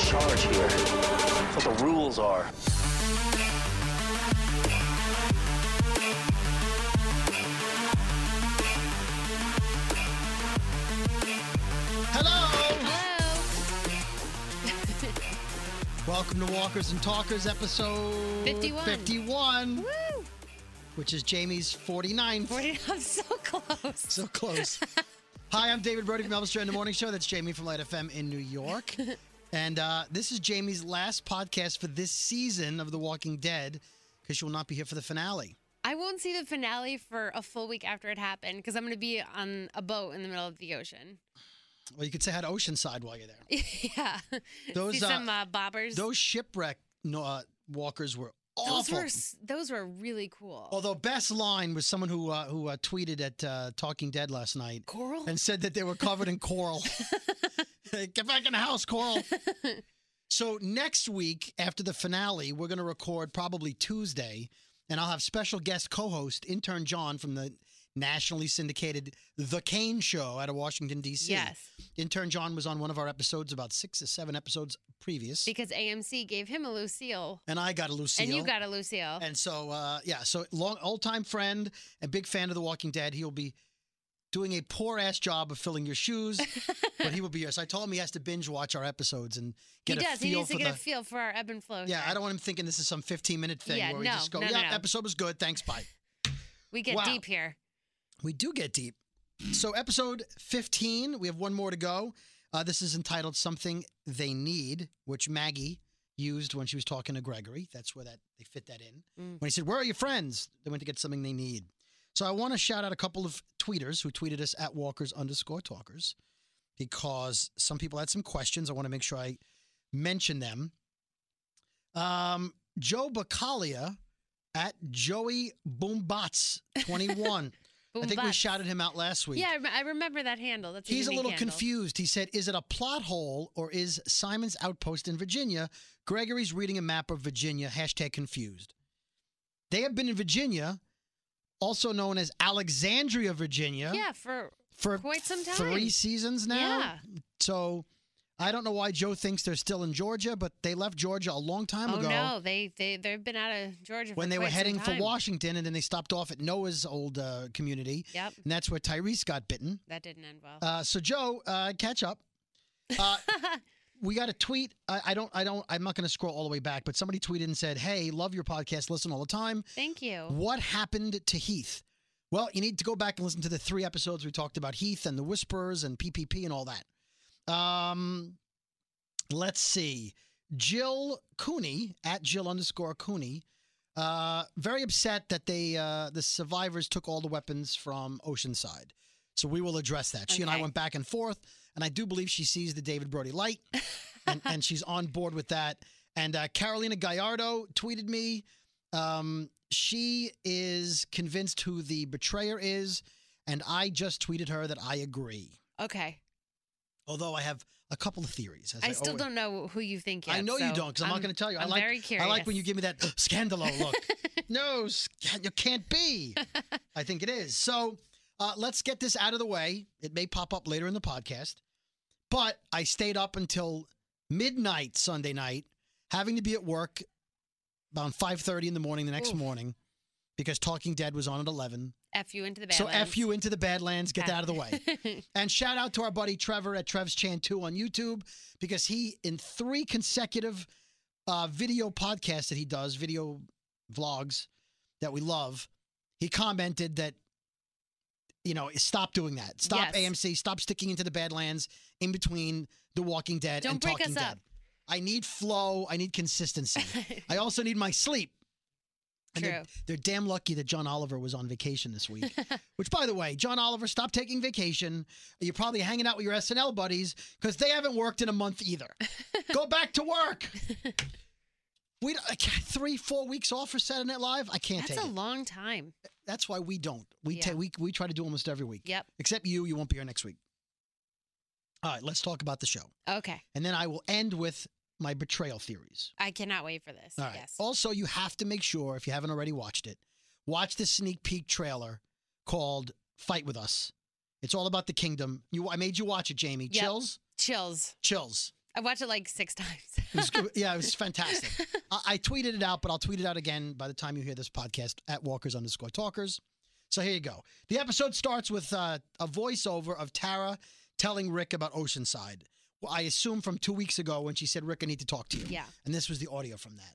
here. That's what the rules are. Hello! Hello. Welcome to Walkers and Talkers episode 51. 51, Woo! which is Jamie's 49th. Forty- I'm so close. So close. Hi, I'm David Brody from Elvis Duran The Morning Show. That's Jamie from Light FM in New York. and uh, this is Jamie's last podcast for this season of The Walking Dead because she will not be here for the finale. I won't see the finale for a full week after it happened because I'm going to be on a boat in the middle of the ocean. Well, you could say hi to Oceanside while you're there. yeah. Those, see uh, some uh, bobbers. Those shipwreck no, uh, walkers were awful. Those were s- those were really cool. Although best line was someone who uh, who uh, tweeted at uh, Talking Dead last night coral. and said that they were covered in coral. Get back in the house, coral. so next week after the finale, we're going to record probably Tuesday, and I'll have special guest co-host intern John from the nationally syndicated The Kane Show out of Washington D.C. yes, intern John was on one of our episodes about six or seven episodes previous, because AMC gave him a Lucille, and I got a Lucille. and you got a Lucille. And so, uh, yeah, so long, old time friend and big fan of The Walking Dead. He'll be doing a poor ass job of filling your shoes, but he will be yours. I told him he has to binge watch our episodes and he get a does. feel He needs for to get the. a feel for our ebb and flow. yeah, here. I don't want him thinking this is some 15 minute thing Yeah, where we no, just go, no, no, yeah, no. episode was good. Thanks, bye. We get Wow. deep here. We do get deep. So, episode 15, we have one more to go. Uh, this is entitled Something They Need, which Maggie used when she was talking to Gregory. That's where that they fit that in. Mm. When he said, Where are your friends? They went to get something they need. So, I want to shout out a couple of tweeters who tweeted us at walkers underscore talkers because some people had some questions. I want to make sure I mention them. Um, Joe Bacalia at Joey Boombots 21. I Boom think we bats. shouted him out last week. Yeah, I rem- I remember that handle. That's He's a unique little handle. confused. He said, Is it a plot hole or is Simon's outpost in Virginia? Gregory's reading a map of Virginia. Hashtag confused. They have been in Virginia, also known as Alexandria, Virginia, Yeah, for for quite some time. three seasons now. yeah. So I don't know why Joe thinks they're still in Georgia, but they left Georgia a long time Oh ago no, they they they've been out of Georgia when for they were quite some heading for time. Washington and then they stopped off at Noah's old uh, community. Yep, And that's where Tyrese got bitten. that didn't end well. Uh, so Joe, uh, catch up. Uh, we got a tweet. I, I don't. I don't. I'm not going to scroll all the way back, but somebody tweeted and said, "Hey, love your podcast. Listen all the time. Thank you. What happened to Heath?" Well, you need to go back and listen to the three episodes we talked about Heath and the Whisperers and PPP and all that. Um, let's see. Jill Cooney at Jill underscore Cooney, uh, very upset that they uh, the survivors took all the weapons from Oceanside. So we will address that. She and I Okay. went back and forth, and I do believe she sees the David Brody light, and, and she's on board with that. And uh, Carolina Gallardo tweeted me. Um, she is convinced who the betrayer is, and I just tweeted her that I agree. Okay, Although I have a couple of theories. as I still always- don't know who you think. Yet, "Oh, I know you so don't because I'm, not going to tell you. I I'm like very curious. I like when you give me that scandalo look. no, sc- you can't be. I think it is. So uh, let's get this out of the way. It may pop up later in the podcast, but I stayed up until midnight Sunday night, having to be at work about 5:30 in the morning the next Oof. morning because Talking Dead was on at 11. f you into the So Badlands. f you into the Badlands. Get that out of the way. way. And shout out to our buddy Trevor at Trev's Chan 2 on YouTube because he, in three consecutive uh, video podcasts that he does, video vlogs that we love, he commented that, you know, stop doing that. Stop Yes. AMC. Stop sticking into the Badlands in between The Walking Dead and Don't break Talking us Dead. up. I need flow. I need consistency. I also need my sleep. And they're- True. they're damn lucky that John Oliver was on vacation this week. Which, by the way, John Oliver, stop taking vacation. You're probably hanging out with your SNL buddies because they haven't worked in a month either. Go back to work. We don't- I can't- three, four weeks off for Saturday Night Live. I can't That's take a it. long time. That's why we don't. We Yeah. ta- we we try to do almost every week. Yep. Except you, you won't be here next week. All right, let's talk about the show, Okay, and then I will end with my betrayal theories. I cannot wait for this. All right. Oh. Yes. Also, you have to make sure if you haven't already watched it, watch the sneak peek trailer called "Fight with Us." It's all about the kingdom. You, I made you watch it, Jamie. Yep. Chills, Chills. chills. I watched it like six times. It was good. yeah, it was fantastic. I, I tweeted it out, but I'll tweet it out again by the time you hear this podcast at Walkers underscore Talkers. So here you go. The episode starts with uh, a voiceover of Tara telling Rick about Oceanside. Well, I assume from two weeks ago when she said, "Rick, I need to talk to you." yeah. And this was the audio from that.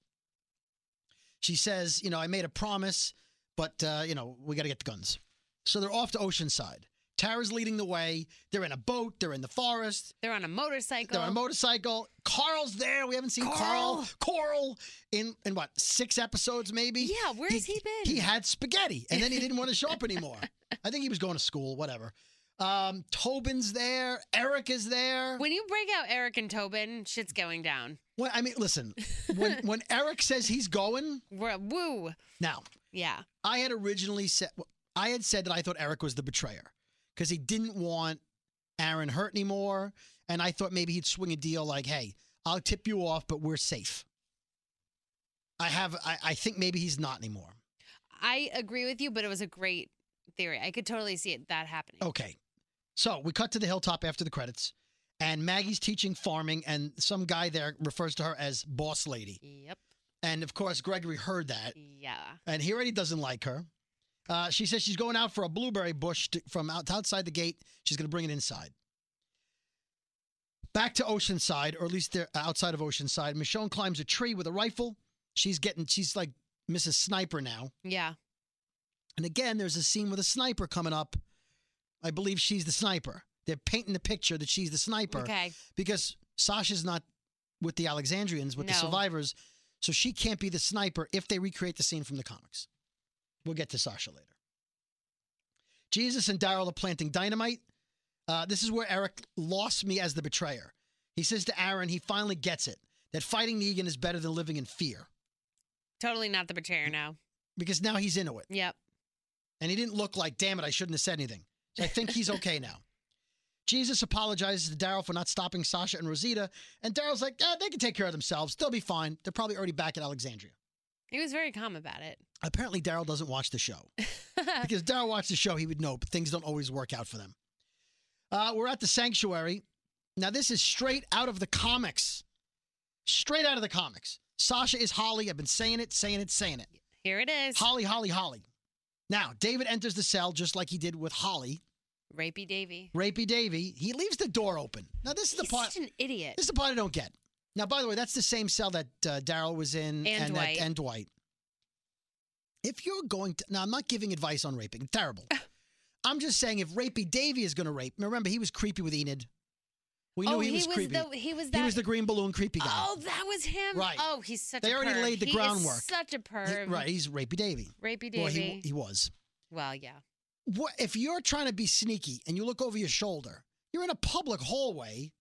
She says, You know, I made a promise, but, uh, you know, we got to get the guns. So they're off to Oceanside. Tara's leading the way. They're in a boat. They're in the forest. They're on a motorcycle. They're on a motorcycle. Carl's there. We haven't seen Carl. Coral in in what six episodes maybe. Yeah, where has he been? He had spaghetti, and then he didn't want to show up anymore. I think he was going to school. Whatever. Um, Tobin's there. Eric is there. when you break out Eric and Tobin, shit's going down. Well, I mean, listen. When when Eric says he's going We're, woo. now, Yeah. I had originally said I had said that I thought Eric was the betrayer because he didn't want Aaron hurt anymore, and I thought maybe he'd swing a deal like, "Hey, I'll tip you off, but we're safe." I have I, I think maybe he's not anymore. I agree with you, but it was a great theory. I could totally see it that happening. Okay, so we cut to the hilltop after the credits, and Maggie's teaching farming, and some guy there refers to her as boss lady, Yep. and of course Gregory heard that, Yeah. and he already doesn't like her. Uh, she says she's going out for a blueberry bush to, from out, outside the gate. She's going to bring it inside. Back to Oceanside, or at least they're outside of Oceanside. Michonne climbs a tree with a rifle. She's getting, she's like Mrs. Sniper now. Yeah. And again, there's a scene with a sniper coming up. I believe she's the sniper. They're painting the picture that she's the sniper Okay. because Sasha's not with the Alexandrians, with the No. survivors, so she can't be the sniper if they recreate the scene from the comics. We'll get to Sasha later. Jesus and Daryl are planting dynamite. Uh, this is where Eric lost me as the betrayer. He says to Aaron, he finally gets it that fighting Negan is better than living in fear Totally not the Mm. betrayer now. because now he's into it. Yep. And he didn't look like, damn it, I shouldn't have said anything. So I think he's okay now. Jesus apologizes to Daryl for not stopping Sasha and Rosita. And Daryl's like, "Ah, they can take care of themselves. They'll be fine. They're probably already back at Alexandria. He was very calm about it. Apparently, Daryl doesn't watch the show. because if Daryl watched the show, he would know, but things don't always work out for them. Uh, we're at the sanctuary. Now, this is straight out of the comics. Straight out of the comics. Sasha is Holly. I've been saying it, saying it, saying it. Here it is. Holly, Holly, Holly. Now, David enters the cell just like he did with Holly. Rapey Davy. Rapey Davy, he leaves the door open. Now, this is the He's part. such an idiot. This is the part I don't get. Now, by the way, that's the same cell that uh, Daryl was in And that- Dwight. and Dwight. If you're going to now, I'm not giving advice on raping. Terrible. I'm just saying if Rapey Davy is going to rape, remember he was creepy with Enid. We knew oh, he, was, creepy. the he was that. he was the green balloon creepy guy. oh, that was him. Right. Oh, he's such. They a already perv. laid the He is groundwork. such a He- perv. right, he's Rapey Davy. Rapey Davy. Well, he he was. well, yeah. what if you're trying to be sneaky and you look over your shoulder, you're in a public hallway.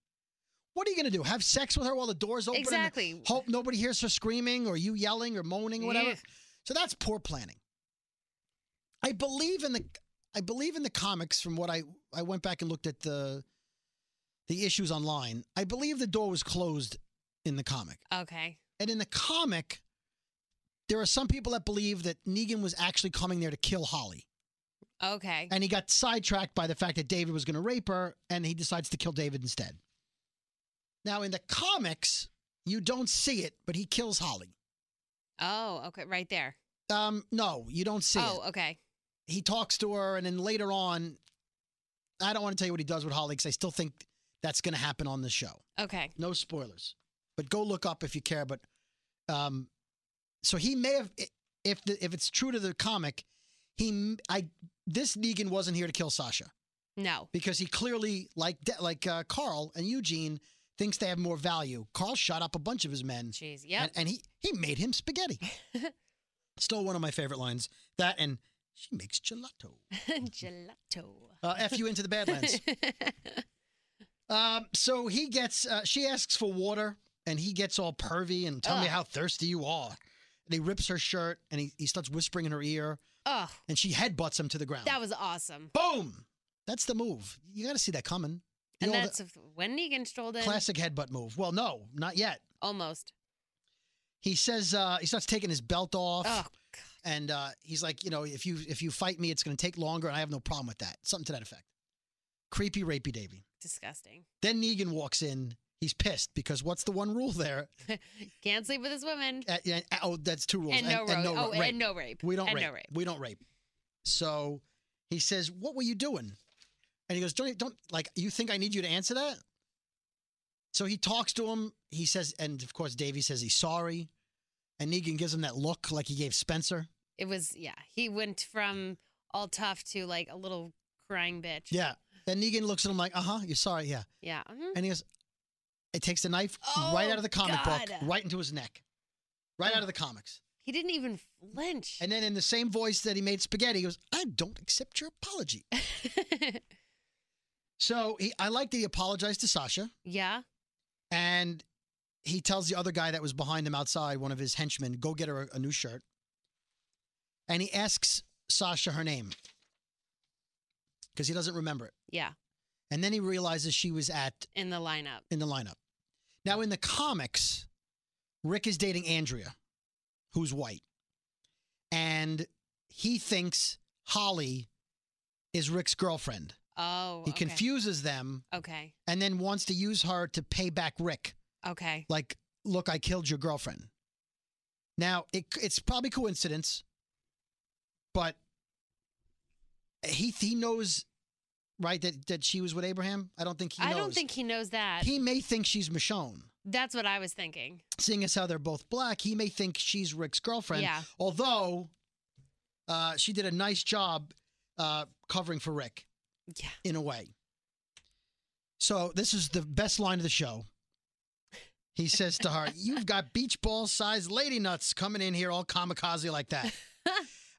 What are you going to do? Have sex with her while the door's open? and Exactly. hope nobody hears her screaming or you yelling or moaning or whatever. Ugh. So that's poor planning. I believe in the I believe in the comics from what I I went back and looked at the the issues online. I believe the door was closed in the comic. Okay. And in the comic there are some people that believe that Negan was actually coming there to kill Holly. Okay. And he got sidetracked by the fact that David was going to rape her, and he decides to kill David instead. Now, in the comics, you don't see it, but he kills Holly. Oh, okay. Right there. Um, no, you don't see oh, it. okay. He talks to her, and then later on, I don't want to tell you what he does with Holly because I still think that's going to happen on the show. Okay. No spoilers, but go look up if you care. But um, so he may have, i- if the, if it's true to the comic, he m- I this Negan wasn't here to kill Sasha. No. because he clearly, like De- like uh, Carl and Eugene, thinks they have more value. Carl shot up a bunch of his men, Jeez. Yep. and, and he he made him spaghetti. Still one of my favorite lines. That and she makes gelato. Gelato. Uh, F you into the Badlands. um, so he gets. Uh, she asks for water, and he gets all pervy and tell me Ugh. how thirsty you are. And he rips her shirt, and he, he starts whispering in her ear, oh, and she headbutts him to the ground. that was awesome. Boom! That's the move. You got to see that coming. The And old- that's if- when Negan strolled in. Classic headbutt move. Well, no, not yet. Almost. He says uh, he starts taking his belt off, Oh, God. and uh, he's like, you know, if you if you fight me, it's going to take longer, and I have no problem with that. Something to that effect. Creepy, rapey, Davy. disgusting. Then Negan walks in He's pissed because what's the one rule there? Can't sleep with his women. Uh, yeah, oh, that's two rules. And, no, rape. ro- oh, rape. and no rape. We don't and rape. no rape. We don't rape. So he says, "What were you doing?" And he goes, "Don't don't like you think I need you to answer that?" So he talks to him. He says, and of course, Davey says he's sorry, and Negan gives him that look like he gave Spencer. It was yeah. He went from all tough to like a little crying bitch. Yeah. Then Negan looks at him like, "Uh huh, you're sorry, yeah." Yeah. mhm. And he goes, "It takes the knife Oh, right out of the comic book, God. right into his neck, right Oh. out of the comics." He didn't even flinch. And then in the same voice that he made spaghetti, he goes, "I don't accept your apology." So he, I like that he apologized to Sasha. yeah. and he tells the other guy that was behind him outside, one of his henchmen, go get her a, a new shirt. And he asks Sasha her name because he doesn't remember it. Yeah. And then he realizes she was at In the lineup. in the lineup. Now in the comics, Rick is dating Andrea, who's white, and he thinks Holly is Rick's girlfriend. Oh. He okay. confuses them Okay. and then wants to use her to pay back Rick Okay. like, look, I killed your girlfriend. Now, it, it's probably coincidence, but he he knows, right, that, that she was with Abraham? I don't think he knows. I don't think he knows that. He may think she's Michonne. That's what I was thinking. Seeing as how they're both black, he may think she's Rick's girlfriend. Yeah. Although, uh, she did a nice job uh, covering for Rick Yeah. in a way. So this is the best line of the show. He says to her, "You've got beach ball sized lady nuts coming in here all kamikaze like that,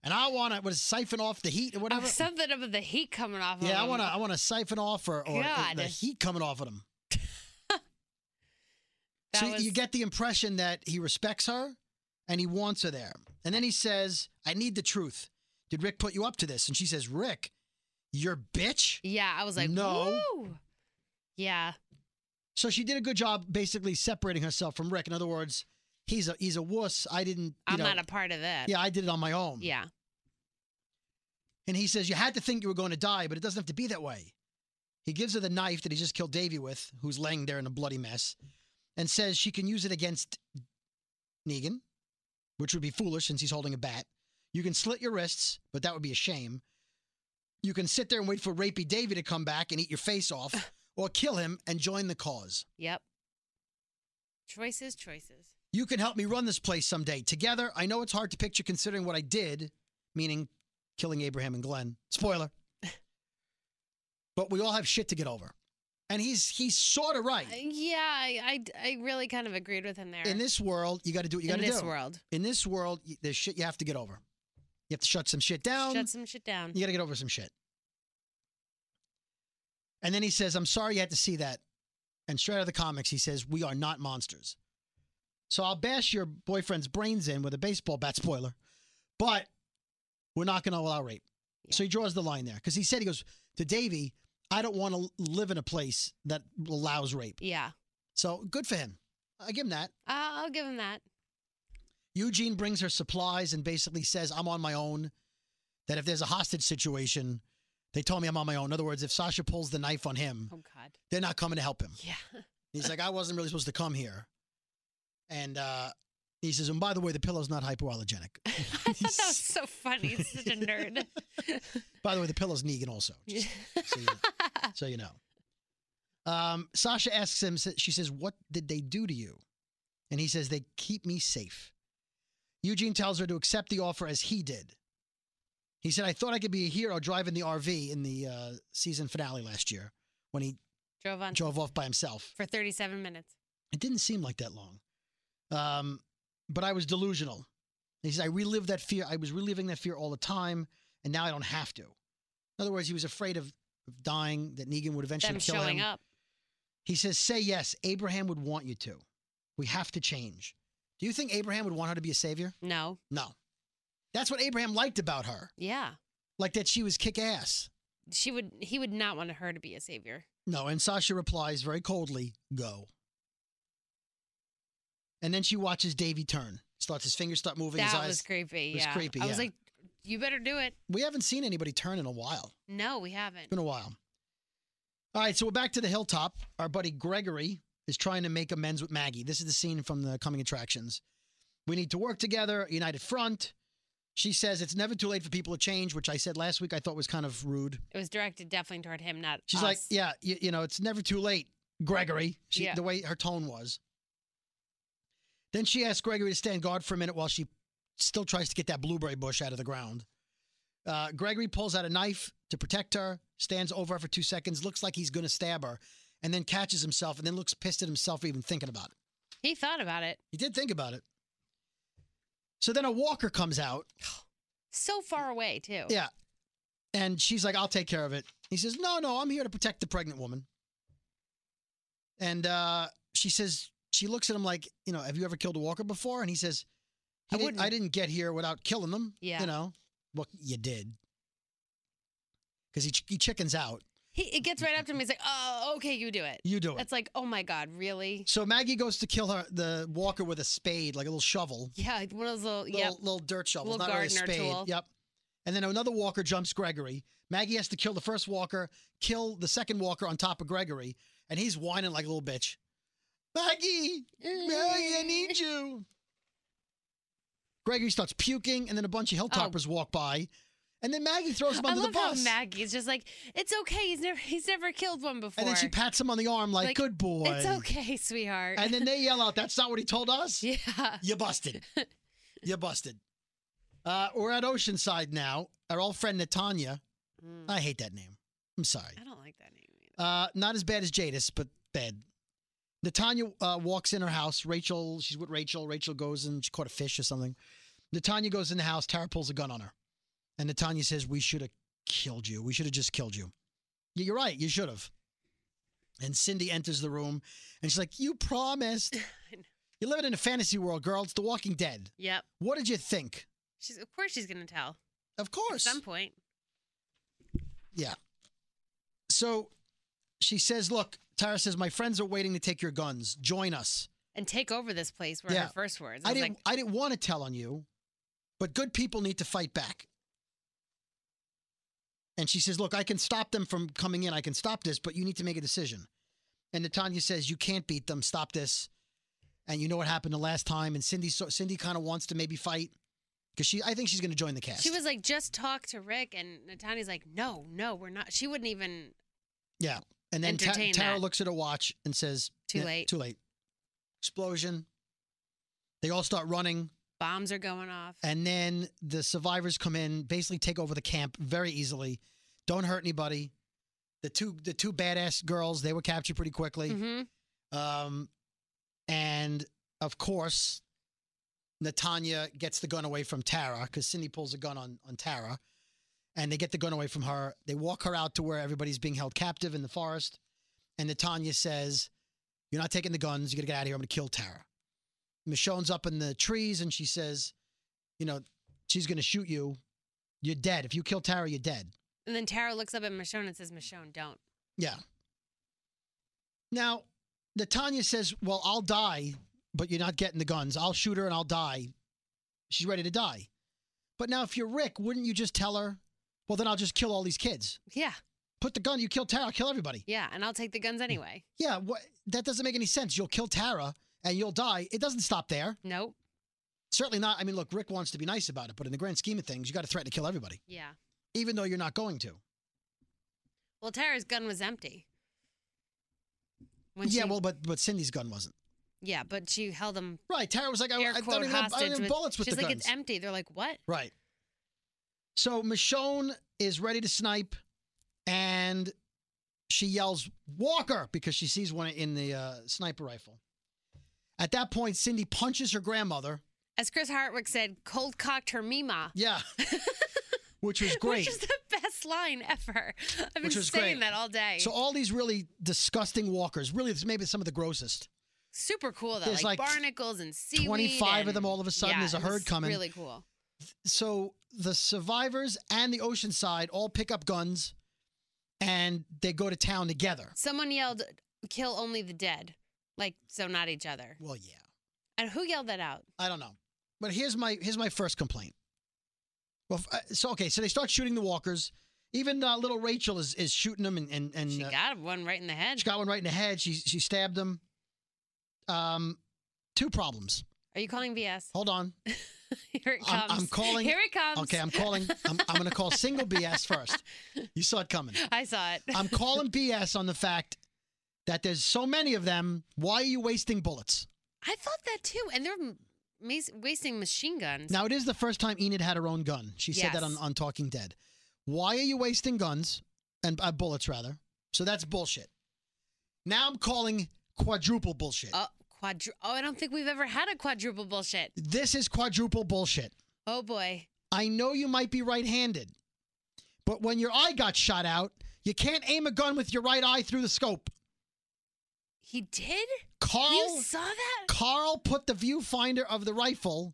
and I want to what is it, siphon off the heat or Oh, whatever. something of the heat coming off. of yeah, I him. want to I want to siphon off or, or God. the heat coming off of them. That so was- you get the impression that he respects her and he wants her there. And then he says, "I need the truth. Did Rick put you up to this?" And she says, "Rick, you're bitch." Yeah, I was like, No. Woo! Yeah, So she did a good job basically separating herself from Rick. In other words, he's a he's a wuss. I didn't. You I'm know, not a part of that. yeah, I did it on my own. Yeah. And he says you had to think you were going to die, but it doesn't have to be that way. He gives her the knife that he just killed Davy with, who's laying there in a bloody mess, and says she can use it against Negan, which would be foolish since he's holding a bat. You can slit your wrists, but that would be a shame. You can sit there and wait for rapey Davy to come back and eat your face off, or kill him and join the cause. Yep. Choices, choices. You can help me run this place someday. Together, I know it's hard to picture considering what I did, meaning killing Abraham and Glenn. Spoiler. but we all have shit to get over. And he's he's sort of right. Uh, Yeah, I, I, I really kind of agreed with him there. In this world, you got to do what you got In to do. this world, In this world, y- there's shit you have to get over. You have to shut some shit down. shut some shit down. you got to get over some shit. And then he says, I'm sorry you had to see that. And straight out of the comics, he says, We are not monsters. So I'll bash your boyfriend's brains in with a baseball bat spoiler, but we're not going to allow rape. Yeah. So he draws the line there because he said, He goes to Davey, I don't want to live in a place that allows rape. Yeah, So good for him. I give him that. I'll I'll give him that. Eugene brings her supplies and basically says, I'm on my own. That if there's a hostage situation, they told me I'm on my own. In other words, if Sasha pulls the knife on him, Oh God. they're not coming to help him. Yeah. He's like, I wasn't really supposed to come here. And uh, he says, and by the way, the pillow's not hypoallergenic. I thought that was so funny. He's such a nerd. By the way, the pillow's Negan also. just so you know. So you know. Um, Sasha asks him, sa- she says, What did they do to you? And he says, They keep me safe. Eugene tells her to accept the offer as he did. He said, I thought I could be a hero driving the RV in the uh, season finale last year when he Drove on drove off by himself. for 37 minutes. It didn't seem like that long. Um, but I was delusional. He says, I relived that fear. I was reliving that fear all the time, and now I don't have to. In other words, he was afraid of, of dying, that Negan would eventually Them kill showing him. up. He says, Say yes. Abraham would want you to. We have to change. Do you think Abraham would want her to be a savior? No. No. That's what Abraham liked about her, Yeah. like that she was kick ass. She would. He would not want her to be a savior. No, and Sasha replies very coldly, Go. And then she watches Davy turn, starts his fingers start moving, his That eyes. was creepy. it was yeah. creepy, I was yeah. like, you better do it. we haven't seen anybody turn in a while. No, we It's haven't. been a while. All right, so we're back to the hilltop. Our buddy Gregory is trying to make amends with Maggie. This is the scene from the coming attractions. We need to work together, united front. She says it's never too late for people to change, which I said last week I thought was kind of rude. It was directed definitely toward him, not She's us. like, yeah, you, you know, it's never too late, Gregory. She, Yeah. The way her tone was. Then she asks Gregory to stand guard for a minute while she still tries to get that blueberry bush out of the ground. Uh, Gregory pulls out a knife to protect her, stands over her for two seconds, looks like he's going to stab her, and then catches himself and then looks pissed at himself for even thinking about it. He thought about it. He did think about it. So then a walker comes out So far away, too. Yeah. And she's like, I'll take care of it. He says, No, no, I'm here to protect the pregnant woman. And uh, she says, She looks at him like, You know, have you ever killed a walker before? And he says, I I, didn't, wouldn't. I didn't get here without killing them. Yeah. You know, well, you did. Because he, ch- he chickens out. He, it gets right up to him. He's like, oh, okay, you do it. You do it. That's like, oh my God, really? so Maggie goes to kill her, the walker with a spade, like a little shovel, Yeah, like one of those little, little, yep. little dirt shovel, Little not really a gardener spade. tool. Yep. And then another walker jumps Gregory. Maggie has to kill the first walker, kill the second walker on top of Gregory, and he's whining like a little bitch. Maggie, Maggie, I need you. Gregory starts puking, and then a bunch of hilltoppers walk by, and then Maggie throws him Oh. I under love the bus, how Maggie's just like, it's okay. He's never he's never killed one before. and then she pats him on the arm like, Like, "Good boy." it's okay, sweetheart. And then they yell out, "That's not what he told us." yeah. You busted. you busted. Uh, we're at Oceanside now. Our old friend Natanya. Mm, I hate that name. I'm sorry. I don't like that name. either. Uh, not as bad as Jadis, but bad. Natanya uh, walks in her house. Rachel, she's with Rachel. Rachel goes and she caught a fish or something. Natanya goes in the house. Tara pulls a gun on her. And Natanya says, We should have killed you. We should have just killed you. "Yeah, You're right. You should have. And Cindy enters the room and she's like, You promised. know. You're living in a fantasy world, girl. It's The Walking Dead. Yep. What did you think? She's of course she's gonna tell. Of At course. some point. So she says, Look, Tara says, My friends are waiting to take your guns. Join us. And take over this place were Yeah. her first words. I was didn't I didn't want to tell on you, but good people need to fight back. And she says, Look, I can stop them from coming in. I can stop this, but you need to make a decision. And Natanya says, You can't beat them. Stop this. And you know what happened the last time. And Cindy so, Cindy kind of wants to maybe fight. Because she I think she's gonna join the cast. She was like, just talk to Rick and Natani's like, No, no, we're not she wouldn't even Yeah. And then Ta- entertain Tara that. looks at her watch and says, Too "Nah, late." Too late. Explosion. They all start running. bombs are going off. And then the survivors come in, basically take over the camp very easily. Don't hurt anybody. The two the two badass girls, they were captured pretty quickly. hmm Um, and of course, Natanya gets the gun away from Tara because Cindy pulls a gun on, on Tara. And they get the gun away from her. They walk her out to where everybody's being held captive in the forest. And Natanya says, You're not taking the guns. You got to get out of here. I'm going to kill Tara. Michonne's up in the trees and she says, You know, she's going to shoot you. You're dead. If you kill Tara, you're dead. And then Tara looks up at Michonne and says, Michonne, don't. Yeah. Now, Natanya says, Well, I'll die, but you're not getting the guns. I'll shoot her and I'll die. She's ready to die. But now, if you're Rick, wouldn't you just tell her, Well, then I'll just kill all these kids? Yeah, Put the gun, you kill Tara, kill everybody. yeah, and I'll take the guns anyway. Yeah, what, that doesn't make any sense. You'll kill Tara and you'll die. It doesn't stop there. Nope. Certainly not. I mean, look, Rick wants to be nice about it, but in the grand scheme of things, you got to threaten to kill everybody, Yeah. even though you're not going to. Well, Tara's gun was empty. When yeah, she- well, but but Cindy's gun wasn't. yeah, but she held them Right, Tara was like, I, air I quote don't even have, I hostage don't even have bullets with she's the like guns. it's empty. They're like, what? Right. So Michonne is ready to snipe, and she yells "Walker" because she sees one in the uh, sniper rifle. At that point, Cindy punches her grandmother. As Chris Hartwick said, cold cocked her Mima. Yeah, which was great. Which is the best line ever. I've been Which was great. saying that all day. so all these really disgusting walkers, really it's maybe some of the grossest. Super cool though. There's Like, like barnacles and seaweed. 25 of and- them all of a sudden. Yeah, There's a it herd was coming. Really cool. So the survivors and the ocean side all pick up guns, and they go to town together. Someone yelled, "Kill only the dead," like so, not each other. Well, yeah. And who yelled that out? I don't know. But here's my here's my first complaint. Well, f- uh, so okay, so they start shooting the walkers. Even uh, little Rachel is is shooting them, and and, and She uh, got one right in the head. she got one right in the head. She she stabbed him. Um, two problems. Are you calling BS? Hold on. Here it I'm- comes. I'm calling- Here it comes. Okay, I'm calling. I'm, I'm going to call single BS first. You saw it coming. I saw it. I'm calling BS on the fact that there's so many of them. Why are you wasting bullets? I thought that too. And they're mas- wasting machine guns. Now, it is the first time Enid had her own gun. She said that on, Yes. on Talking Dead. Why are you wasting guns and uh, bullets, rather? So that's bullshit. Now I'm calling quadruple bullshit. Oh, quadru- oh, I don't think we've ever had a quadruple bullshit. this is quadruple bullshit. Oh boy. I know you might be right handed, but when your eye got shot out, you can't aim a gun with your right eye through the scope. He did? Carl, You saw that? Carl put the viewfinder of the rifle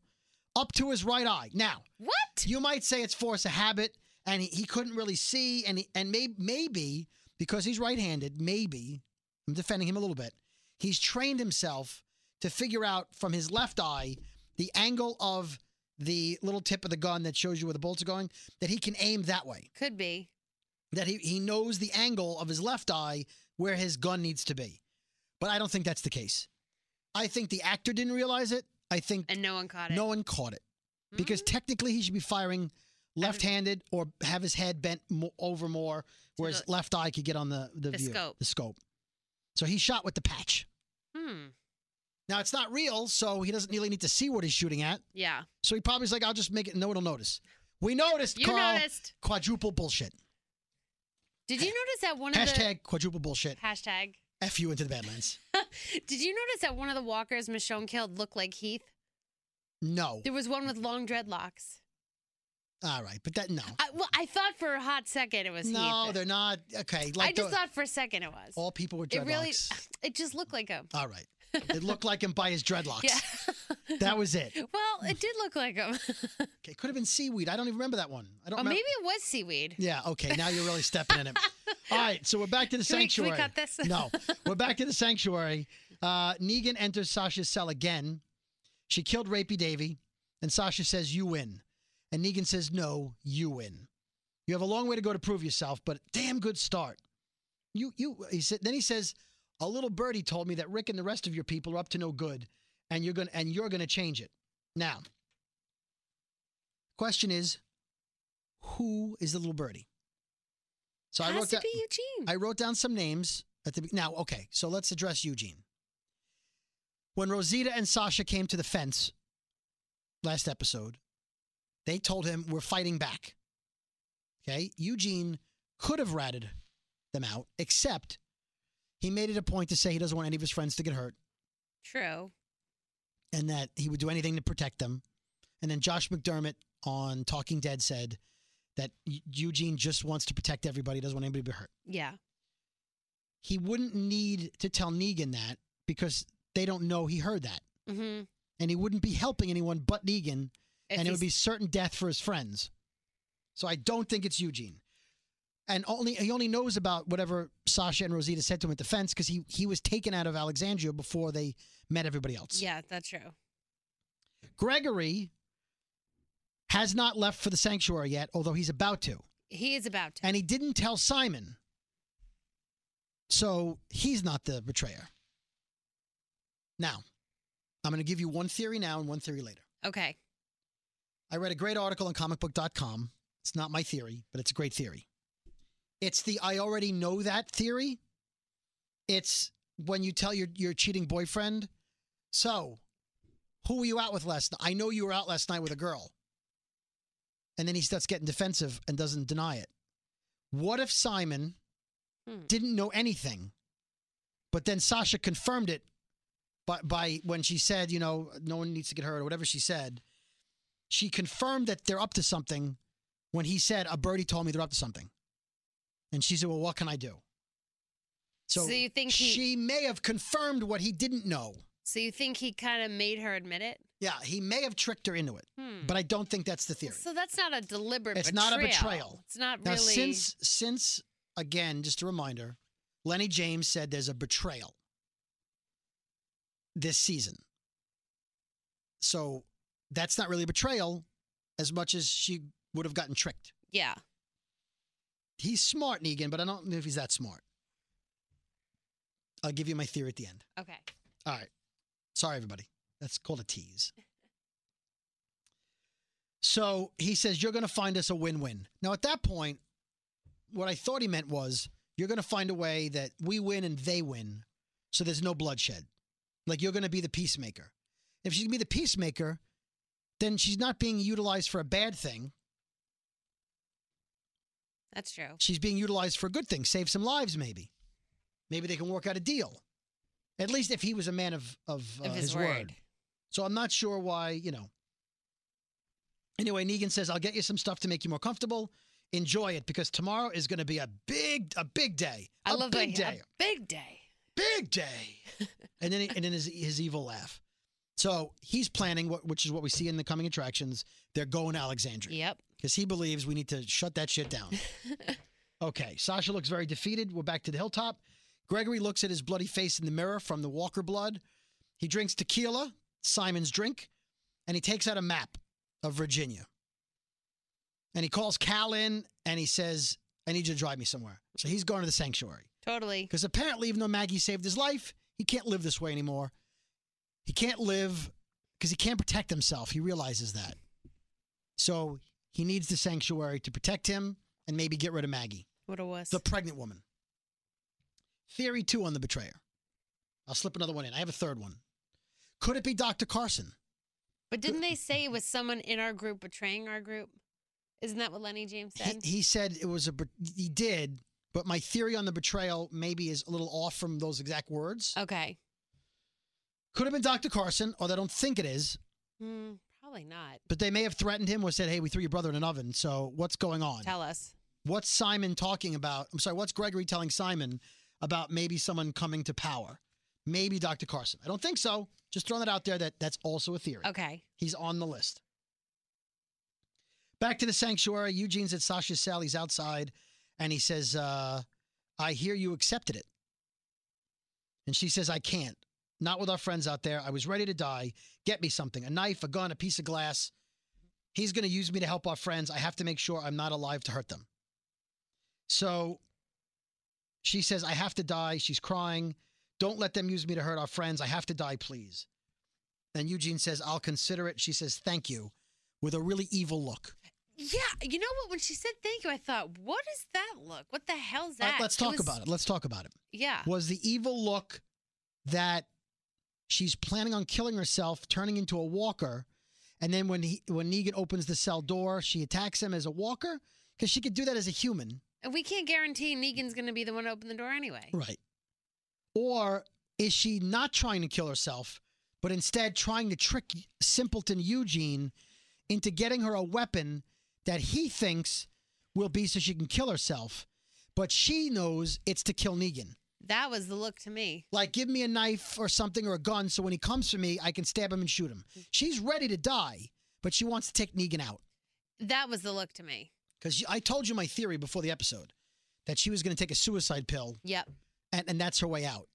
up to his right eye. Now, What? you might say it's force of habit and he, he couldn't really see and he, and may, maybe because he's right-handed maybe i'm defending him a little bit he's trained himself to figure out from his left eye the angle of the little tip of the gun that shows you where the bullets are going that he can aim that way Could be. that he, he knows the angle of his left eye where his gun needs to be but i don't think that's the case i think the actor didn't realize it i think And no one caught it. no one caught it because Mhm. technically he should be firing left-handed or have his head bent mo- over more, where his the- left eye could get on the the, The view, scope. the scope. So he shot with the patch. Hmm. Now it's not real, so he doesn't really need to see what he's shooting at. Yeah. So he probably's like, "I'll just make it. No one will notice." We noticed, You Carl. noticed. Quadruple bullshit. Did you notice that one of Hashtag quadruple bullshit. the hashtag? F you into the Badlands. Did you notice that one of the walkers Michonne killed looked like Heath? No. There was one with long dreadlocks. All right, but that no, I, well, I thought for a hot second it was no, Heath. they're not. Okay, like I just the- thought for a second it was. all people with dreadlocks. it really, it just looked like him. All right, it looked like him by his dreadlocks. Yeah. That was it. well, it did look like him. Okay, could have been seaweed. I don't even remember that one. I don't Oh, remember. maybe it was seaweed. Yeah, okay. Now you're really stepping in it. All right, so we're back to the Can we- can we sanctuary. cut this? no, we're back to the sanctuary. Uh, Negan enters Sasha's cell again. She killed Rapey Davy, and Sasha says, You win. And Negan says, No, you win. You have a long way to go to prove yourself, but damn good start. You, you, he said, then he says, A little birdie told me that Rick and the rest of your people are up to no good, and you're gonna, and you're gonna change it. Now, question is, who is the little birdie? So I Has wrote to that. be Eugene. I wrote down some names at the be- now. Okay, so let's address Eugene. When Rosita and Sasha came to the fence last episode, they told him we're fighting back. Okay, Eugene could have ratted them out, except he made it a point to say he doesn't want any of his friends to get hurt True. and that he would do anything to protect them. And then Josh McDermott on Talking Dead said that E- Eugene just wants to protect everybody, doesn't want anybody to be hurt. Yeah. he wouldn't need to tell Negan that because they don't know he heard that. Mm-hmm. And he wouldn't be helping anyone but Negan, and it would be certain death for his friends. So I don't think it's Eugene. And only he only knows about whatever Sasha and Rosita said to him at the fence because he, he was taken out of Alexandria before they met everybody else. Yeah, that's true. Gregory has not left for the sanctuary yet, although he's about to. He is about to. And he didn't tell Simon. So he's not the betrayer. Now, I'm going to give you one theory now and one theory later. Okay. I read a great article on comicbook.com. It's not my theory, but it's a great theory. It's the I already know that theory. It's when you tell your, your cheating boyfriend, so who were you out with last night? I know you were out last night with a girl. And then he starts getting defensive and doesn't deny it. What if Simon Hmm. didn't know anything, but then Sasha confirmed it by, by when she said, you know, no one needs to get hurt or whatever she said she confirmed that they're up to something when he said a birdie told me they're up to something and she said well what can i do so, So you think he- she may have confirmed what he didn't know So you think he kind of made her admit it? yeah he may have tricked her into it Hmm. but i don't think that's the theory So that's not a deliberate It's betrayal. not a betrayal. It's not now really. since since again just a reminder lenny james said there's a betrayal this season so that's not really betrayal as much as she would have gotten tricked yeah. He's smart, Negan, but I don't know if he's that smart. I'll give you my theory at the end. Okay. All right. Sorry, everybody. That's called a tease. So he says, You're going to find us a win win. Now, at that point, what I thought he meant was, You're going to find a way that we win and they win. So there's no bloodshed. Like you're going to be the peacemaker. If she's going to be the peacemaker, then she's not being utilized for a bad thing. That's true. She's being utilized for a good thing, save some lives, maybe. Maybe they can work out a deal. At least if he was a man of of, uh, Of his, word. word. So I'm not sure why, you know. Anyway, Negan says, "I'll get you some stuff to make you more comfortable. Enjoy it because tomorrow is going to be a big a big day. I A love that. big he- a day. Big day. big day." and then and then his his evil laugh. So he's planning what, which is what we see in the coming attractions. They're going to Alexandria Yep. because he believes we need to shut that shit down. okay, Sasha looks very defeated. We're back to the hilltop. Gregory looks at his bloody face in the mirror from the Walker blood. He drinks tequila, Simon's drink, and he takes out a map of Virginia. And he calls Cal in and he says, I need you to drive me somewhere. So he's going to the sanctuary. Totally. Because apparently, even though Maggie saved his life, he can't live this way anymore. He can't live because he can't protect himself. He realizes that. So he needs the sanctuary to protect him and maybe get rid of Maggie, What a wuss. the pregnant woman. Theory two on the betrayer. I'll slip another one in. I have a third one. Could it be Dr. Carson? but didn't they say it was someone in our group betraying our group? Isn't that what Lenny James He, said? he said it was a, bet- he did, but my theory on the betrayal maybe is a little off from those exact words. okay. Could have been Dr. Carson, although I don't think it is. Hmm, probably not. But they may have threatened him or said, hey, we threw your brother in an oven. So what's going on? Tell us. What's Simon talking about? I'm sorry, what's Gregory telling Simon about maybe someone coming to power? Maybe Dr. Carson. I don't think so. Just throwing that out there that that's also a theory. Okay. He's on the list. Back to the sanctuary. Eugene's at Sasha's cell. He's outside and he says, uh, I hear you accepted it. And she says, I can't. Not with our friends out there. I was ready to die. Get me something a knife, a gun, a piece of glass. He's going to use me to help our friends. I have to make sure I'm not alive to hurt them. So she says, I have to die. She's crying. Don't let them use me to hurt our friends. I have to die, please. And Eugene says, I'll consider it. She says, thank you, with a really evil look. Uh, Yeah. You know what? When she said thank you, I thought, what is that look? What the hell's All right, Uh, that? let's talk about it. Let's talk about it. Yeah. Was the evil look that she's planning on killing herself, turning into a walker, and then when he, when Negan opens the cell door, she attacks him as a walker? Because she could do that as a human. And we can't guarantee Negan's going to be the one to open the door anyway. Right. Or is she not trying to kill herself, but instead trying to trick simpleton Eugene into getting her a weapon that he thinks will be so she can kill herself, but she knows it's to kill Negan? That was the look to me. Like, give me a knife or something or a gun so when he comes for me, I can stab him and shoot him. She's ready to die, but she wants to take Negan out. That was the look to me. Because I told you my theory before the episode that she was going to take a suicide pill Yep. and, and that's her way out.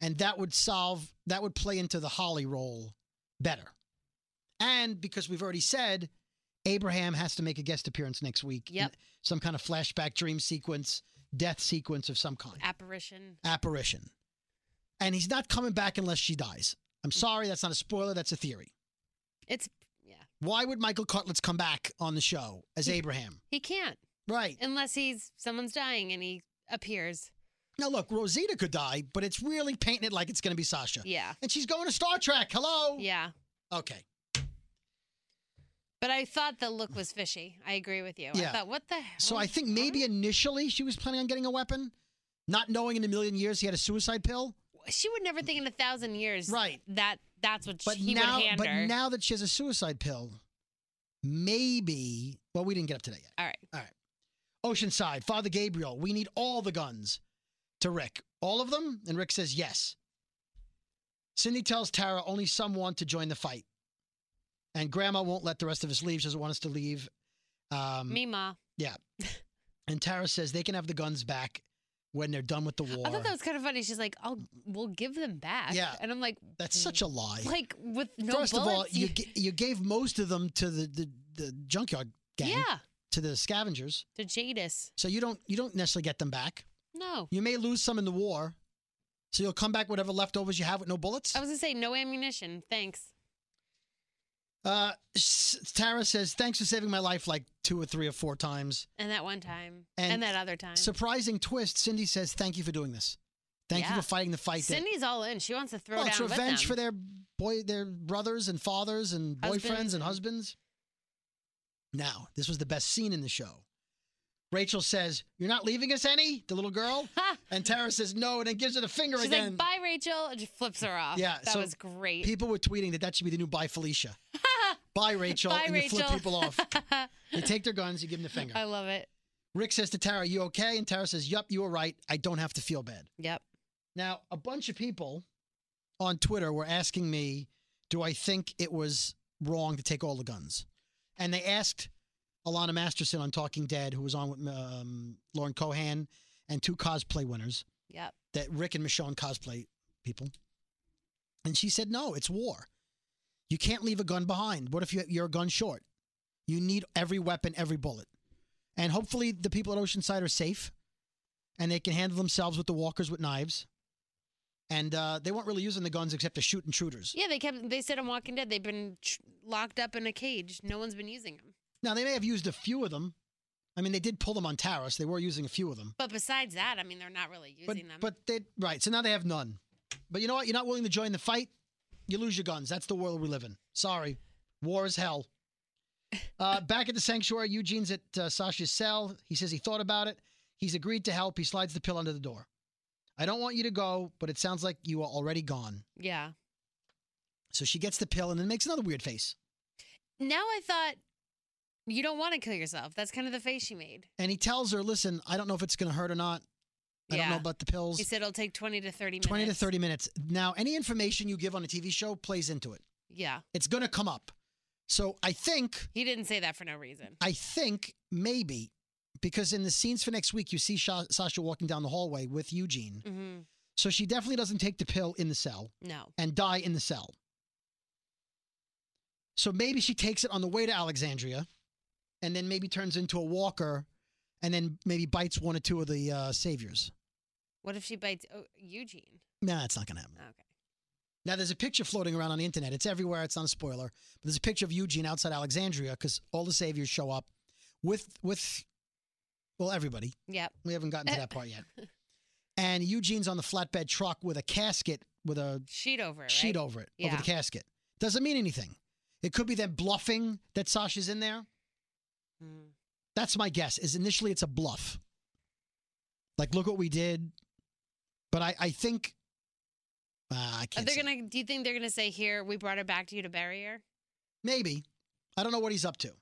And that would solve that would play into the Holly role better. And because we've already said Abraham has to make a guest appearance next week. in Yep. Some kind of flashback dream sequence, death sequence of some kind. Apparition. Apparition. And he's not coming back unless she dies. I'm sorry, that's not a spoiler, that's a theory. It's, yeah. Why would Michael Cutlets come back on the show as Abraham? He can't Right. unless he's someone's dying and he appears. Now look, Rosita could die, but it's really painting it like it's gonna be Sasha. Yeah. And she's going to Star Trek. Hello. Yeah. Okay. But I thought the look was fishy. I agree with you. Yeah. I thought, what the hell? So I think maybe initially she was planning on getting a weapon, not knowing in a million years he had a suicide pill. she would never think in a thousand years. Right. That that's what But he now, would hand but her. now that she has a suicide pill, maybe. Well, we didn't get up to that yet. All right. Oceanside, Father Gabriel, we need all the guns. To Rick, all of them, and Rick says yes. Cindy tells Tara only some want to join the fight, and Grandma won't let the rest of us leave. She doesn't want us to leave. Um, Mima. and Tara says they can have the guns back when they're done with the war. I thought that was kind of funny. She's like, "I'll we'll give them back." Yeah. And I'm like, That's such a lie. like with no First of all, bullets, you g- you gave most of them to the the, the junkyard gang, yeah to the scavengers. to Jadis. So you don't you don't necessarily get them back. No. You may lose some in the war, So you'll come back whatever leftovers you have with no bullets. I was gonna say no ammunition. Thanks. Uh, S- Tara says, "Thanks for saving my life like two or three or four times." And that one time. And And, that other time. Surprising twist. Cindy says, "Thank you for doing this. Thank you Yeah. for fighting the fight." that- Cindy's all in. She wants to throw well, down it's with revenge them. for their boy, their brothers and fathers and boyfriends Husbands and and- husbands. Now, this was the best scene in the show. Rachel says, "You're not leaving us any." The little girl Ha! and Tara says, "No," and then gives her the finger She's again. like, "Bye, Rachel," and just flips her off. Yeah, that so was great. People were tweeting that that should be the new "Bye, Felicia." Bye, Rachel. Bye, and Rachel. Oh. you flip people off. You take their guns, you give them the finger. I love it. Rick says to Tara, You okay? And Tara says, Yup, you were right. I don't have to feel bad. Yep. Now, a bunch of people on Twitter were asking me, Do I think it was wrong to take all the guns? And they asked Alana Masterson on Talking Dead, who was on with um, Lauren Cohan and two cosplay winners, Yep. that Rick and Michonne cosplay people. And she said, No, it's war. You can't leave a gun behind. What if you- you're a gun short? You need every weapon, every bullet. And hopefully, the people at Oceanside are safe and they can handle themselves with the walkers with knives. And uh, they weren't really using the guns except to shoot intruders. Yeah, they kept. They said on Walking Dead they've been tr- locked up in a cage. No one's been using them. Now, they may have used a few of them. I mean, they did pull them on Tara, so they were using a few of them. But besides that, I mean, they're not really using But, them. but they, right, so now they have none. But you know what? You're not willing to join the fight, you lose your guns. That's the world we live in. Sorry. War is hell. Uh, back at the sanctuary, Eugene's at uh, Sasha's cell. He says he thought about it. He's agreed to help. He slides the pill under the door. I don't want you to go, but it sounds like you are already gone. yeah. So she gets the pill and then makes another weird face. Now I thought you don't want to kill yourself. That's kind of the face she made. And he tells her, listen, I don't know if it's going to hurt or not. I yeah. don't know about the pills. he said it'll take twenty to thirty minutes. 20 to 30 minutes. Now, any information you give on a TV show plays into it. Yeah. It's going to come up. So I think He didn't say that for no reason. I think maybe because in the scenes for next week, you see Sha- Sasha walking down the hallway with Eugene. hmm So she definitely doesn't take the pill in the cell No. and die in the cell. So maybe she takes it on the way to Alexandria and then maybe turns into a walker and then maybe bites one or two of the uh, saviors. What if she bites oh, Eugene? Nah, it's not going to happen. Okay. Now, there's a picture floating around on the internet. It's everywhere. It's not a spoiler. But there's a picture of Eugene outside Alexandria because all the saviors show up with, with, well, everybody. Yep. We haven't gotten to Eh. that part yet. And Eugene's on the flatbed truck with a casket with a Sheet over. it, Right? sheet over it, over Yeah. the casket. Doesn't mean anything. It could be them bluffing that Sasha's in there. Mhm. That's my guess. Is initially it's a bluff. Like, look what we did. But I, I think uh, I Are can't. they say. gonna? Do you think they're gonna say here we brought her back to you to bury her? Maybe. I don't know what he's up to.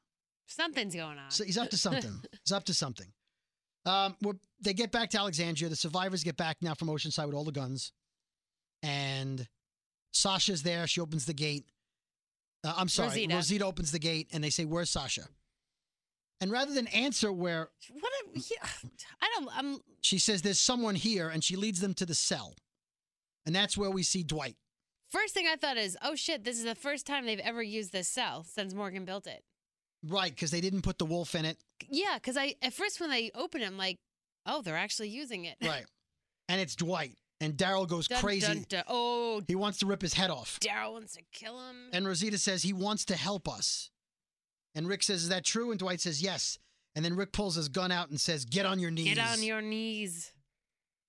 Something's going on. So he's up to something. he's up to something. Um, we're, they get back to Alexandria. The survivors get back now from Oceanside with all the guns, and Sasha's there. She opens the gate. Uh, I'm sorry, Rosita. Rosita opens the gate, and they say, "Where's Sasha?" And rather than answer, where what? A, yeah, I don't. I'm. she says, "There's someone here," and she leads them to the cell, and that's where we see Dwight. First thing I thought is, oh shit, this is the first time they've ever used this cell since Morgan built it. Right, because they didn't put the wolf in it. Yeah, because I at first when they open it, I'm like, oh, they're actually using it. Right, and it's Dwight, and Daryl goes Dun, crazy. dun, dun. Oh, He wants to rip his head off. Daryl wants to kill him. And Rosita says he wants to help us. And Rick says, Is that true? And Dwight says, Yes. And then Rick pulls his gun out and says, Get on your knees. Get on your knees.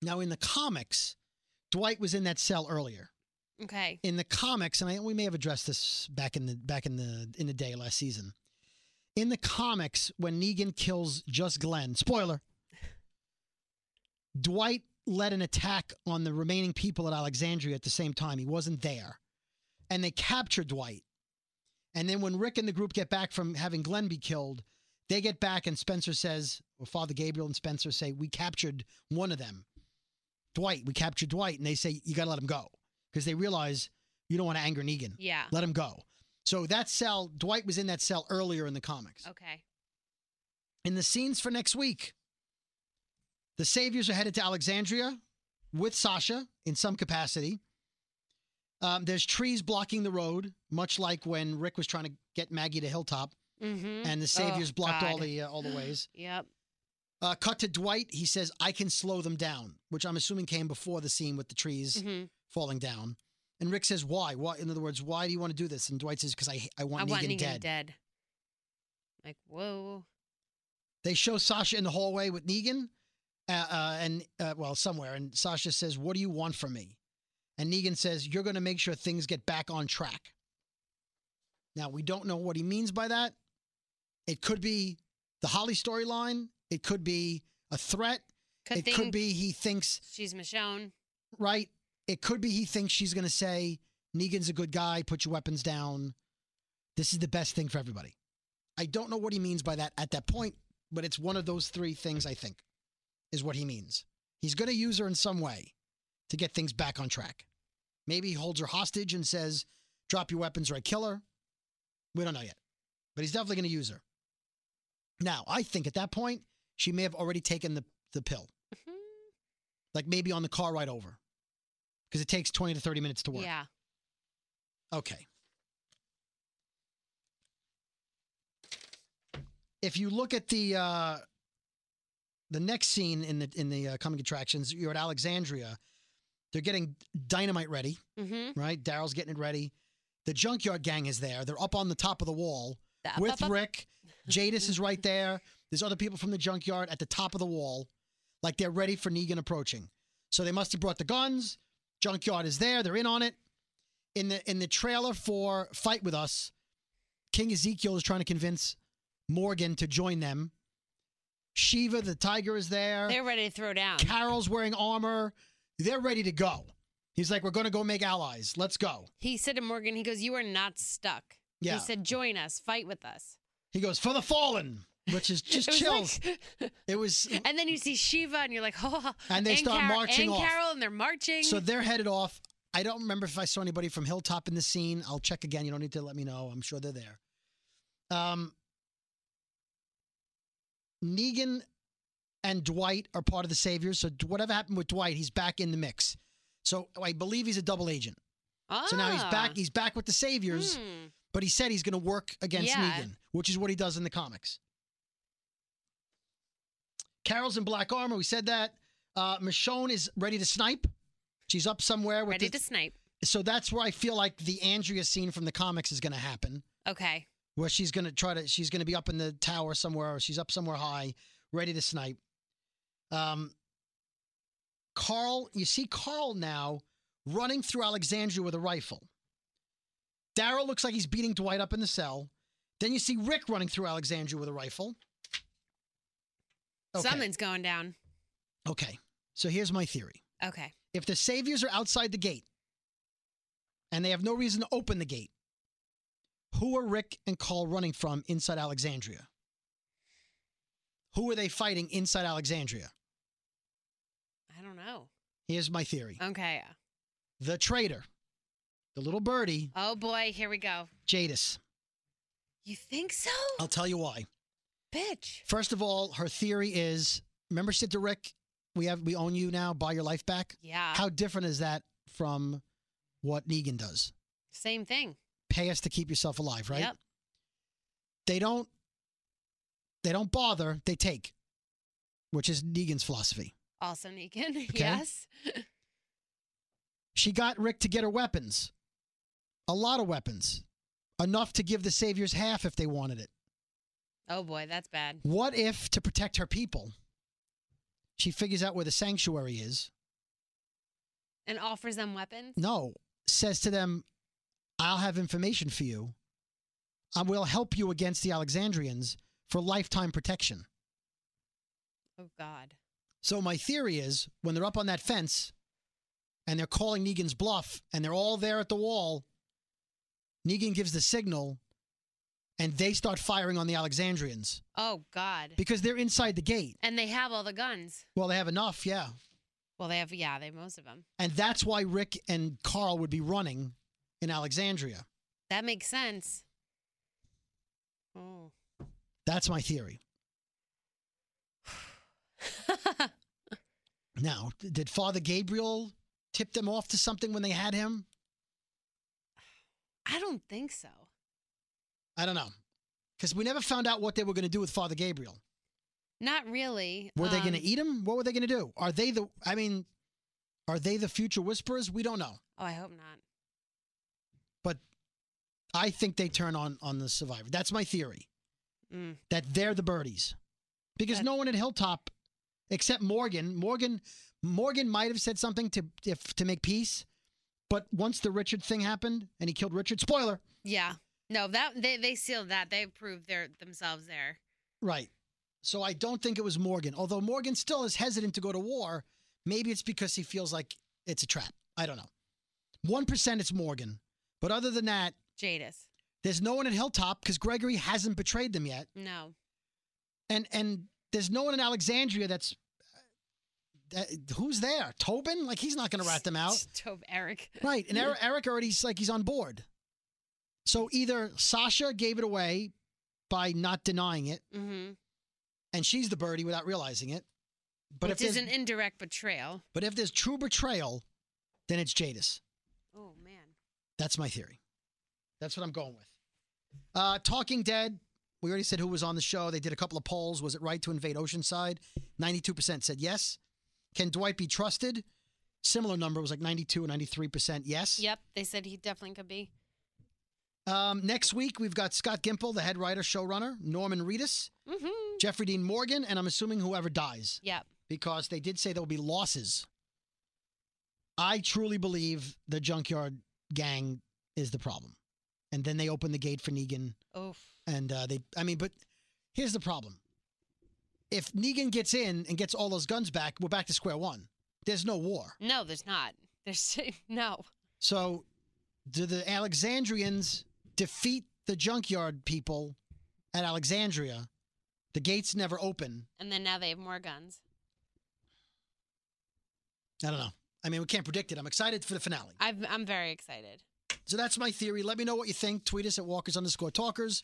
Now, in the comics, Dwight was in that cell earlier. Okay. In the comics, and I, we may have addressed this back in the back in the in the day last season. In the comics, when Negan kills just Glenn, spoiler, Dwight led an attack on the remaining people at Alexandria at the same time. He wasn't there. And they capture Dwight. And then when Rick and the group get back from having Glenn be killed, they get back and Spencer says, or Father Gabriel and Spencer say, We captured one of them. Dwight, we captured Dwight. And they say, You got to let him go. Because they realize you don't want to anger Negan. Yeah. Let him go. So that cell, Dwight was in that cell earlier in the comics. Okay. In the scenes for next week, the Saviors are headed to Alexandria with Sasha in some capacity. Um, there's trees blocking the road, much like when Rick was trying to get Maggie to Hilltop, Mm-hmm. and the Saviors blocked all the uh, all the ways. Yep. Uh, cut to Dwight. He says, I can slow them down, which I'm assuming came before the scene with the trees hmm falling down. And Rick says, Why? Why? In other words, why do you want to do this? And Dwight says, Because I, I want I Negan, want Negan dead. dead. Like, whoa. They show Sasha in the hallway with Negan, uh, uh, and uh, well, somewhere. And Sasha says, What do you want from me? And Negan says, You're going to make sure things get back on track. Now, we don't know what he means by that. It could be the Holly storyline, it could be a threat, Could it think could be he thinks she's Michonne. right? It could be he thinks she's going to say, Negan's a good guy, put your weapons down. This is the best thing for everybody. I don't know what he means by that at that point, but it's one of those three things, I think, is what he means. He's going to use her in some way to get things back on track. Maybe he holds her hostage and says, drop your weapons or I kill her. We don't know yet, but he's definitely going to use her. Now, I think at that point, she may have already taken the, the pill like maybe on the car ride over because it takes 20 to 30 minutes to work. yeah. Okay. If you look at the uh, the next scene in the in the uh, coming attractions, you're at Alexandria. They're getting dynamite ready, Mm-hmm. right? Daryl's getting it ready. The junkyard gang is there. They're up on the top of the wall with Rick. Jadis is right there. There's other people from the junkyard at the top of the wall, like they're ready for Negan approaching. So they must have brought the guns. Junkyard is there. They're in on it. In the in the trailer for Fight with Us, King Ezekiel is trying to convince Morgan to join them. Shiva the tiger is there. They're ready to throw down. Carol's wearing armor. They're ready to go. He's like, "We're going to go make allies. Let's go." He said to Morgan, he goes, You are not stuck. Yeah. He said, Join us, fight with us. He goes for the fallen, which is just It was chills. like- it was and then you see Shiva and you're like, Oh, And they start Carol, marching and off. Carol and they're marching. So they're headed off. I don't remember if I saw anybody from Hilltop in the scene. I'll check again. You don't need to let me know. I'm sure they're there. Um, Negan and Dwight are part of the Saviors. So d- whatever happened with Dwight, he's back in the mix. So I believe he's a double agent. So now he's Ah. back. He's back with the Saviors, Hmm. but he said he's going to work against Yeah. Negan, which is what he does in the comics. Carol's in black armor. We said that. Uh, Michonne is ready to snipe. She's up somewhere with Ready the, to snipe. so that's where I feel like the Andrea scene from the comics is going to happen, Okay. where she's going to try to she's going to be up in the tower somewhere, or she's up somewhere high, ready to snipe. Um, Carl, you see Carl now running through Alexandria with a rifle. Daryl looks like he's beating Dwight up in the cell. Then you see Rick running through Alexandria with a rifle. Okay. Something's going down. Okay. So here's my theory. Okay. if the saviors are outside the gate and they have no reason to open the gate, who are Rick and Carl running from inside Alexandria? Who are they fighting inside Alexandria? I don't know. Here's my theory Okay. the traitor, the little birdie, Oh boy, here we go. Jadis. You think so? I'll tell you why. Bitch. First of all, her theory is remember, she said to Rick, we, have, we own you now, buy your life back? Yeah. How different is that from what Negan does? Same thing. Pay us to keep yourself alive, right? Yep. they don't they don't bother they take which is negan's philosophy Also Negan. Yes. she got rick to get her weapons a lot of weapons enough to give the saviors half if they wanted it Oh boy, that's bad. what if to protect her people she figures out where the sanctuary is And offers them weapons. no says to them i'll have information for you i will help you against the alexandrians for lifetime protection Oh God. So my theory is when they're up on that fence and they're calling Negan's bluff and they're all there at the wall, Negan gives the signal and they start firing on the Alexandrians Oh God. because they're inside the gate. And they have all the guns. Well, they have enough, yeah. Well, they have. Yeah, they have most of them. And that's why Rick and Carl would be running in Alexandria. That makes sense. Oh. That's my theory. Now, th- did Father Gabriel tip them off to something when they had him? I don't think so. I don't know. Because we never found out what they were going to do with Father Gabriel. Not really. Were they going to Um, eat them? What were they going to do? Are they the? I mean, are they the future whisperers? We don't know. Oh, I hope not. I think they turn on on the survivor. That's my theory. Mm. That they're the birdies, because That- no one at Hilltop, except Morgan. Morgan, Morgan might have said something to if to make peace, but once the Richard thing happened and he killed Richard. Spoiler. Yeah. No, that they, they sealed that. They proved their themselves there. Right. So I don't think it was Morgan. Although Morgan still is hesitant to go to war, maybe it's because he feels like it's a trap. I don't know. 1% it's Morgan. But other than that, Jadis. there's no one at Hilltop because Gregory hasn't betrayed them yet. No. And and there's no one in Alexandria that's uh, that, who's there? Tobin? Like he's not going to rat them out. Tobe Eric. Right. And Eric, Eric already's like he's on board. So either Sasha gave it away by not denying it Mm-hmm. and she's the birdie without realizing it. But Which if is there's an indirect betrayal. But if there's true betrayal, then it's Jadis. Oh man. That's my theory. That's what I'm going with. Uh, Talking Dead. We already said who was on the show. They did a couple of polls. Was it right to invade Oceanside? 92% said yes. Can Dwight be trusted? Similar number was like 92 and 93% yes. Yep. They said he definitely could be. Um, next week, we've got Scott Gimple, the head writer, showrunner, Norman Reedus, Mm-hmm. Jeffrey Dean Morgan, and I'm assuming whoever dies. Yep. because they did say there will be losses. I truly believe the junkyard gang is the problem, and then they open the gate for Negan, Oof. and uh, they. I mean, but here's the problem: if Negan gets in and gets all those guns back, we're back to square one. There's no war. No, there's not. There's no. So, do the Alexandrians defeat the junkyard people at Alexandria? The gates never open. And then now they have more guns. I don't know. I mean, we can't predict it. I'm excited for the finale. I've, I'm very excited. So that's my theory. Let me know what you think. Tweet us at walkers underscore talkers.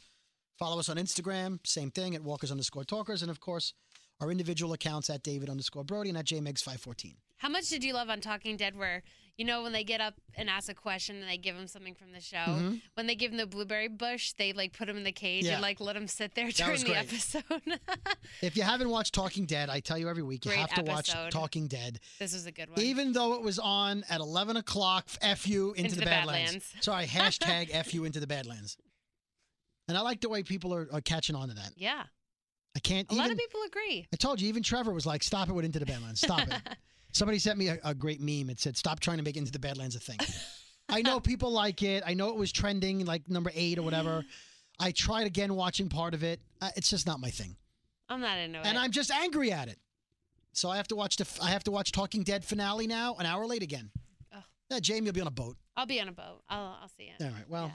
Follow us on Instagram, same thing at walkers underscore talkers. And of course, our individual accounts at David underscore Brody and at JMegs514. How much did you love on Talking Dead? Where you know when they get up and ask a question and they give them something from the show. Mhm. When they give them the blueberry bush, they like put them in the cage Yeah. and like let them sit there was during the great. episode. If you haven't watched Talking Dead, I tell you every week, you Great have to watch episode. Talking Dead. this was a good one. Even though it was on at 11 o'clock, F you into, the, Badlands. Badlands. Sorry, hashtag F you into the Badlands. And I like the way people are, are catching on to that. yeah, I can't a even, lot of people agree. I told you, even Trevor was like, stop it with Into the Badlands. Stop it. Somebody sent me a, a great meme. It said, stop trying to make Into the Badlands a thing. I know people like it. I know it was trending like number eight or whatever. I tried again watching part of it. Uh, it's just not my thing. I'm not into it. And I'm just angry at it. So I have to watch the f- I have to watch Talking Dead finale now, an hour late again. Ugh. Yeah, Jamie will be on a boat. I'll be on a boat. I'll I'll see it. All right. Well,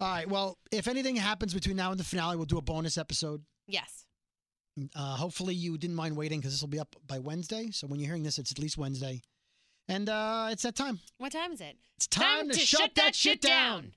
all right. Well, if anything happens between now and the finale, we'll do a bonus episode. Yes. Uh, hopefully you didn't mind waiting because this will be up by Wednesday. So when you're hearing this, it's at least Wednesday. And uh, it's that time. What time is it? It's time, to, shut, that, shit down.